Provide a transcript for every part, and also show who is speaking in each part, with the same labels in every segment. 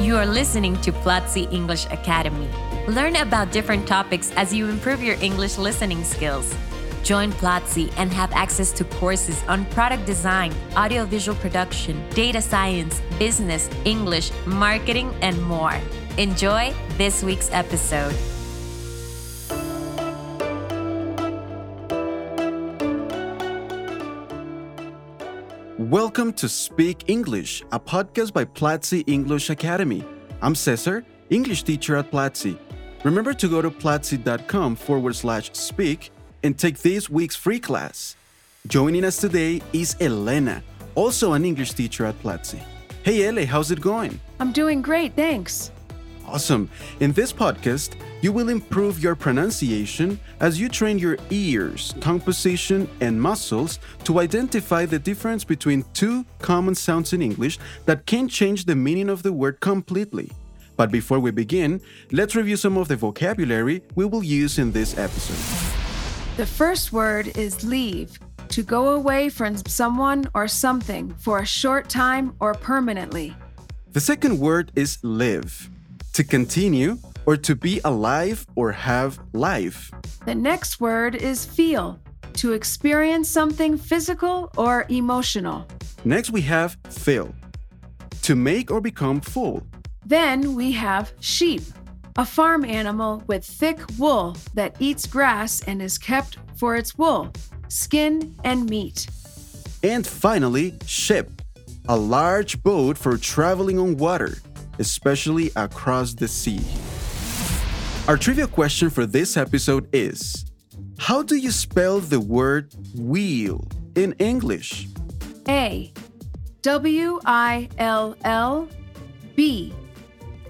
Speaker 1: You are listening to Platzi English Academy. Learn about different topics as you improve your English listening skills. Join Platzi and have access to courses on product design, audiovisual production, data science, business, English, marketing, and more. Enjoy this week's episode.
Speaker 2: Welcome to Speak English, a podcast by Platzi English Academy. I'm Cesar, English teacher at Platzi. Remember to go to platzi.com forward slash speak and take this week's free class. Joining us today is Elena, also an English teacher at Platzi. Hey, Ele, how's it going?
Speaker 3: I'm doing great, thanks.
Speaker 2: Awesome. In this podcast, you will improve your pronunciation as you train your ears, tongue position, and muscles to identify the difference between two common sounds in English that can change the meaning of the word completely. But before we begin, let's review some of the vocabulary we will use in this episode.
Speaker 3: The first word is leave to go away from someone or something for a short time or permanently.
Speaker 2: The second word is live to continue or to be alive or have life.
Speaker 3: The next word is feel to experience something physical or emotional.
Speaker 2: Next, we have fill to make or become full.
Speaker 3: Then we have sheep, a farm animal with thick wool that eats grass and is kept for its wool, skin, and meat.
Speaker 2: And finally, ship, a large boat for traveling on water, especially across the sea. Our trivia question for this episode is How do you spell the word wheel in English?
Speaker 3: A W I L L B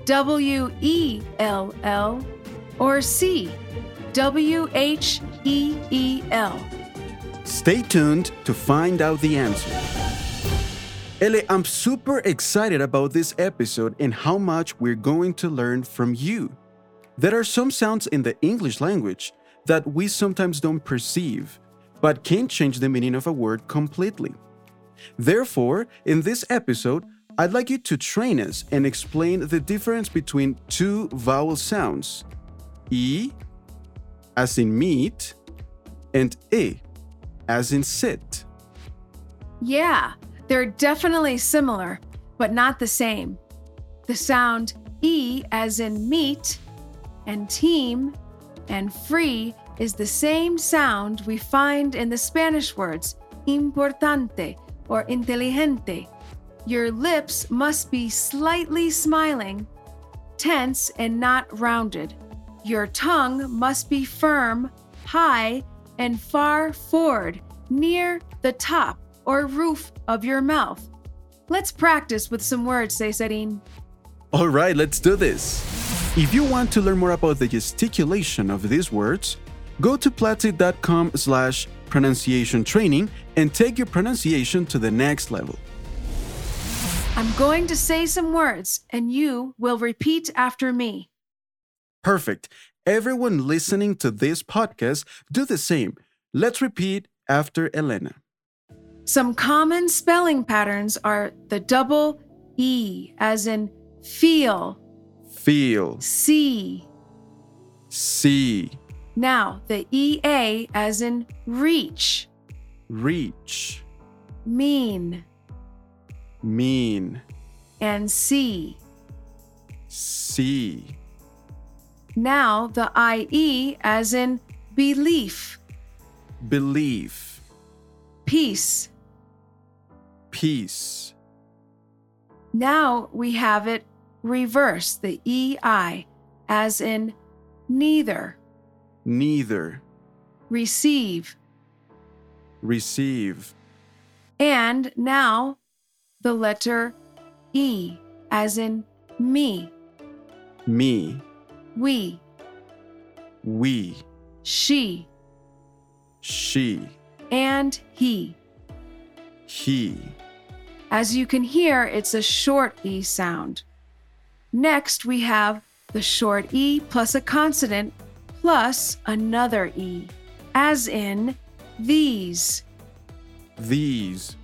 Speaker 3: W E L L or C W H E E L.
Speaker 2: Stay tuned to find out the answer. Ele, I'm super excited about this episode and how much we're going to learn from you. There are some sounds in the English language that we sometimes don't perceive, but can change the meaning of a word completely. Therefore, in this episode, I'd like you to train us and explain the difference between two vowel sounds, e, as in meat, and e, as in sit.
Speaker 3: Yeah, they're definitely similar, but not the same. The sound E as in meat and team and free is the same sound we find in the Spanish words importante or inteligente. Your lips must be slightly smiling, tense, and not rounded. Your tongue must be firm, high, and far forward, near the top or roof of your mouth. Let's practice with some words, Cesarin.
Speaker 2: All right, let's do this. If you want to learn more about the gesticulation of these words, go to platzi.com slash pronunciation training and take your pronunciation to the next level.
Speaker 3: I'm going to say some words, and you will repeat after me.
Speaker 2: Perfect. Everyone listening to this podcast, do the same. Let's repeat after Elena.
Speaker 3: Some common spelling patterns are the double E, as in feel,
Speaker 2: Feel,
Speaker 3: see.
Speaker 2: see,
Speaker 3: Now, the EA, as in reach,
Speaker 2: reach,
Speaker 3: mean,
Speaker 2: mean,
Speaker 3: and see.
Speaker 2: see,
Speaker 3: Now, the IE, as in belief,
Speaker 2: believe,
Speaker 3: peace.
Speaker 2: peace,
Speaker 3: Now we have it reverse, the EI, as in neither,
Speaker 2: neither,
Speaker 3: receive.
Speaker 2: receive,
Speaker 3: And now the letter E, as in me,
Speaker 2: me,
Speaker 3: we,
Speaker 2: we,
Speaker 3: she,
Speaker 2: she,
Speaker 3: and he.
Speaker 2: he.
Speaker 3: As you can hear, it's a short E sound. Next, we have the short E plus a consonant plus another E, as in these,
Speaker 2: These,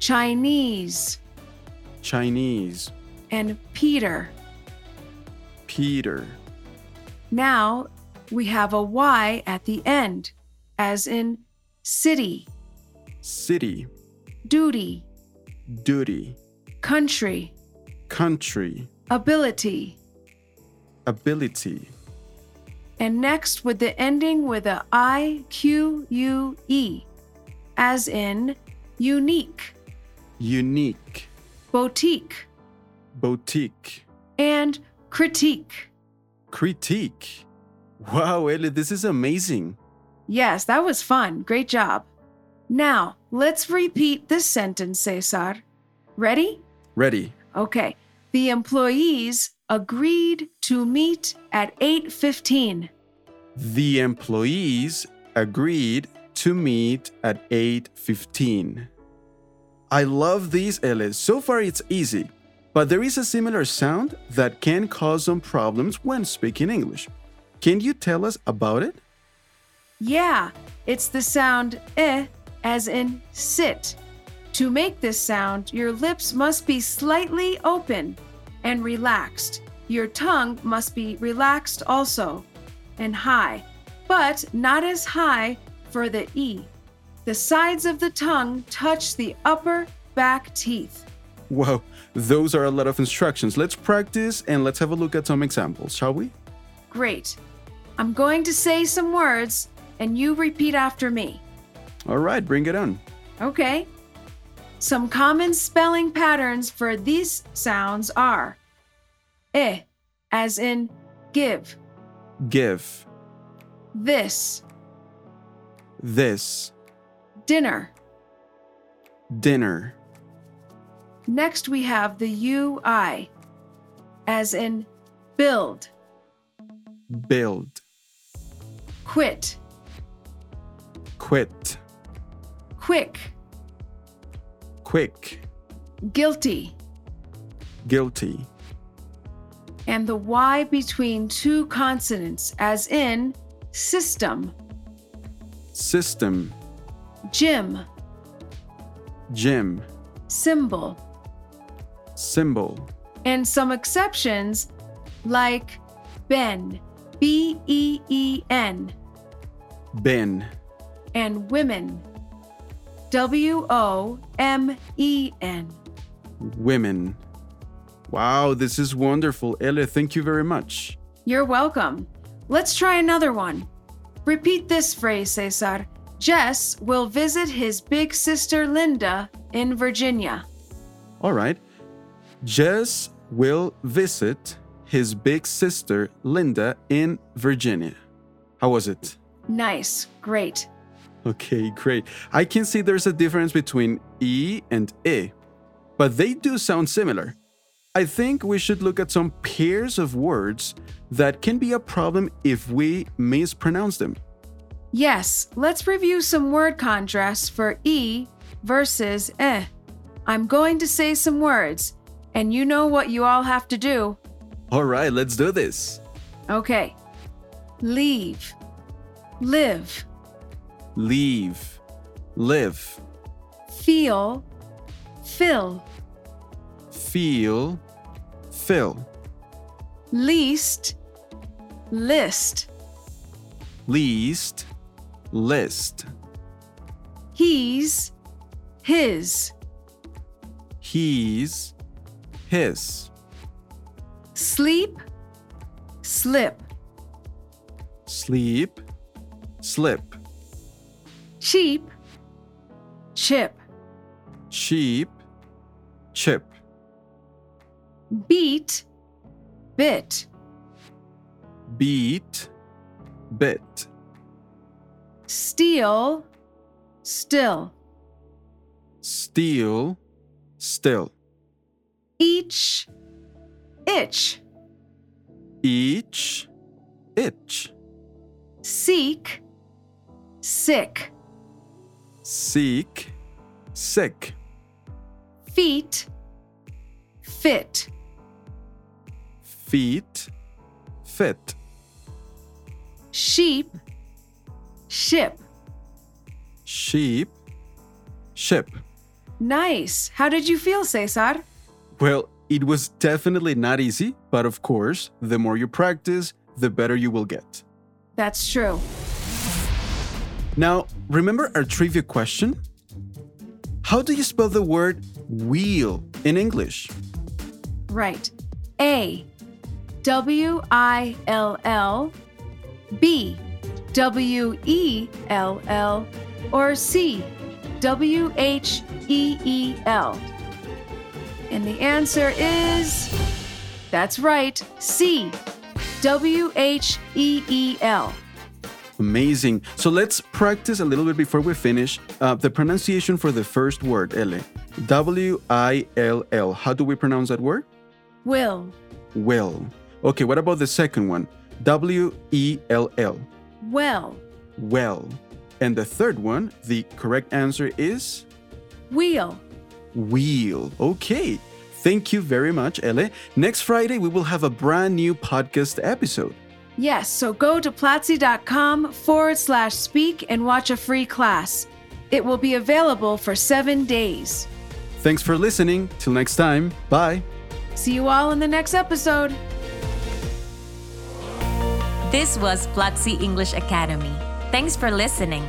Speaker 3: Chinese,
Speaker 2: Chinese,
Speaker 3: and Peter.
Speaker 2: Peter.
Speaker 3: Now we have a Y at the end, as in city,
Speaker 2: City,
Speaker 3: duty,
Speaker 2: duty,
Speaker 3: country,
Speaker 2: country,
Speaker 3: ability.
Speaker 2: ability.
Speaker 3: And next with the ending with a I Q U E, as in unique,
Speaker 2: Unique,
Speaker 3: boutique,
Speaker 2: boutique,
Speaker 3: and critique.
Speaker 2: critique. Wow, Ellie, this is amazing.
Speaker 3: Yes, that was fun. Great job. Now, let's repeat this sentence, Cesar. Ready?
Speaker 2: Ready.
Speaker 3: Okay. The employees agreed to meet at 8:15.
Speaker 2: The employees agreed to meet at 8:15. I love these Ls. So far it's easy, but there is a similar sound that can cause some problems when speaking English. Can you tell us about it?
Speaker 3: Yeah, it's the sound eh as in sit. To make this sound, your lips must be slightly open and relaxed. Your tongue must be relaxed also and high, but not as high for the E. The sides of the tongue touch the upper back teeth.
Speaker 2: Wow, those are a lot of instructions. Let's practice and let's have a look at some examples, shall we?
Speaker 3: Great. I'm going to say some words and you repeat after me.
Speaker 2: All right, bring it on.
Speaker 3: Okay. Some common spelling patterns for these sounds are eh, as in give,
Speaker 2: Give,
Speaker 3: this,
Speaker 2: this,
Speaker 3: dinner.
Speaker 2: dinner,
Speaker 3: Next, we have the UI, as in build,
Speaker 2: build,
Speaker 3: quit,
Speaker 2: quit,
Speaker 3: quick,
Speaker 2: quick,
Speaker 3: guilty,
Speaker 2: guilty,
Speaker 3: and the Y between two consonants, as in system,
Speaker 2: system,
Speaker 3: gym,
Speaker 2: gym,
Speaker 3: symbol.
Speaker 2: symbol,
Speaker 3: and some exceptions like Ben, B E E N,
Speaker 2: bin,
Speaker 3: and women, W O M E N.
Speaker 2: women. Wow, this is wonderful. Ele, thank you very much.
Speaker 3: You're welcome. Let's try another one. Repeat this phrase, Cesar. Jess will visit his big sister Linda in Virginia.
Speaker 2: All right. Jess will visit his big sister, Linda, in Virginia. How was it?
Speaker 3: Nice, great.
Speaker 2: Okay, great. I can see there's a difference between E and E, but they do sound similar. I think we should look at some pairs of words that can be a problem if we mispronounce them.
Speaker 3: Yes, let's review some word contrasts for E versus eh. I'm going to say some words, and you know what you all have to do.
Speaker 2: All right, let's do this.
Speaker 3: Okay. Leave, live,
Speaker 2: Leave, live,
Speaker 3: feel, fill,
Speaker 2: feel, fill,
Speaker 3: least, list,
Speaker 2: least, list,
Speaker 3: he's, his,
Speaker 2: he's, his,
Speaker 3: sleep, slip,
Speaker 2: sleep, slip,
Speaker 3: cheap, chip,
Speaker 2: cheap, chip,
Speaker 3: beat, bit,
Speaker 2: beat, bit,
Speaker 3: steal, still.
Speaker 2: steal, still,
Speaker 3: each itch
Speaker 2: each, itch,
Speaker 3: seek sick
Speaker 2: seek, sick,
Speaker 3: feet fit
Speaker 2: feet, fit,
Speaker 3: sheep ship
Speaker 2: sheep, ship.
Speaker 3: nice how did you feel cesar
Speaker 2: Well, It was definitely not easy, but of course, the more you practice, the better you will get.
Speaker 3: That's true.
Speaker 2: Now, remember our trivia question? How do you spell the word wheel in English?
Speaker 3: Right. A W I L L, B W E L L, or C W H E E L? And the answer is that's right, C W H E E L.
Speaker 2: Amazing. So let's practice a little bit before we finish uh, the pronunciation for the first word, L. W I L L. How do we pronounce that word?
Speaker 3: Will,
Speaker 2: Well. Okay, what about the second one? W E L L.
Speaker 3: well,
Speaker 2: Well. And the third one, the correct answer is
Speaker 3: wheel.
Speaker 2: wheel. Okay. Thank you very much, Ele. Next Friday, we will have a brand new podcast episode.
Speaker 3: Yes, so go to platzi.com forward slash speak and watch a free class. It will be available for seven days.
Speaker 2: Thanks for listening. Till next time. Bye.
Speaker 3: See you all in the next episode.
Speaker 1: This was Platzi English Academy. Thanks for listening.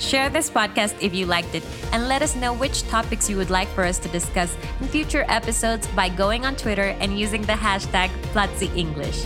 Speaker 1: Share this podcast if you liked it and let us know which topics you would like for us to discuss in future episodes by going on Twitter and using the hashtag Platzi English.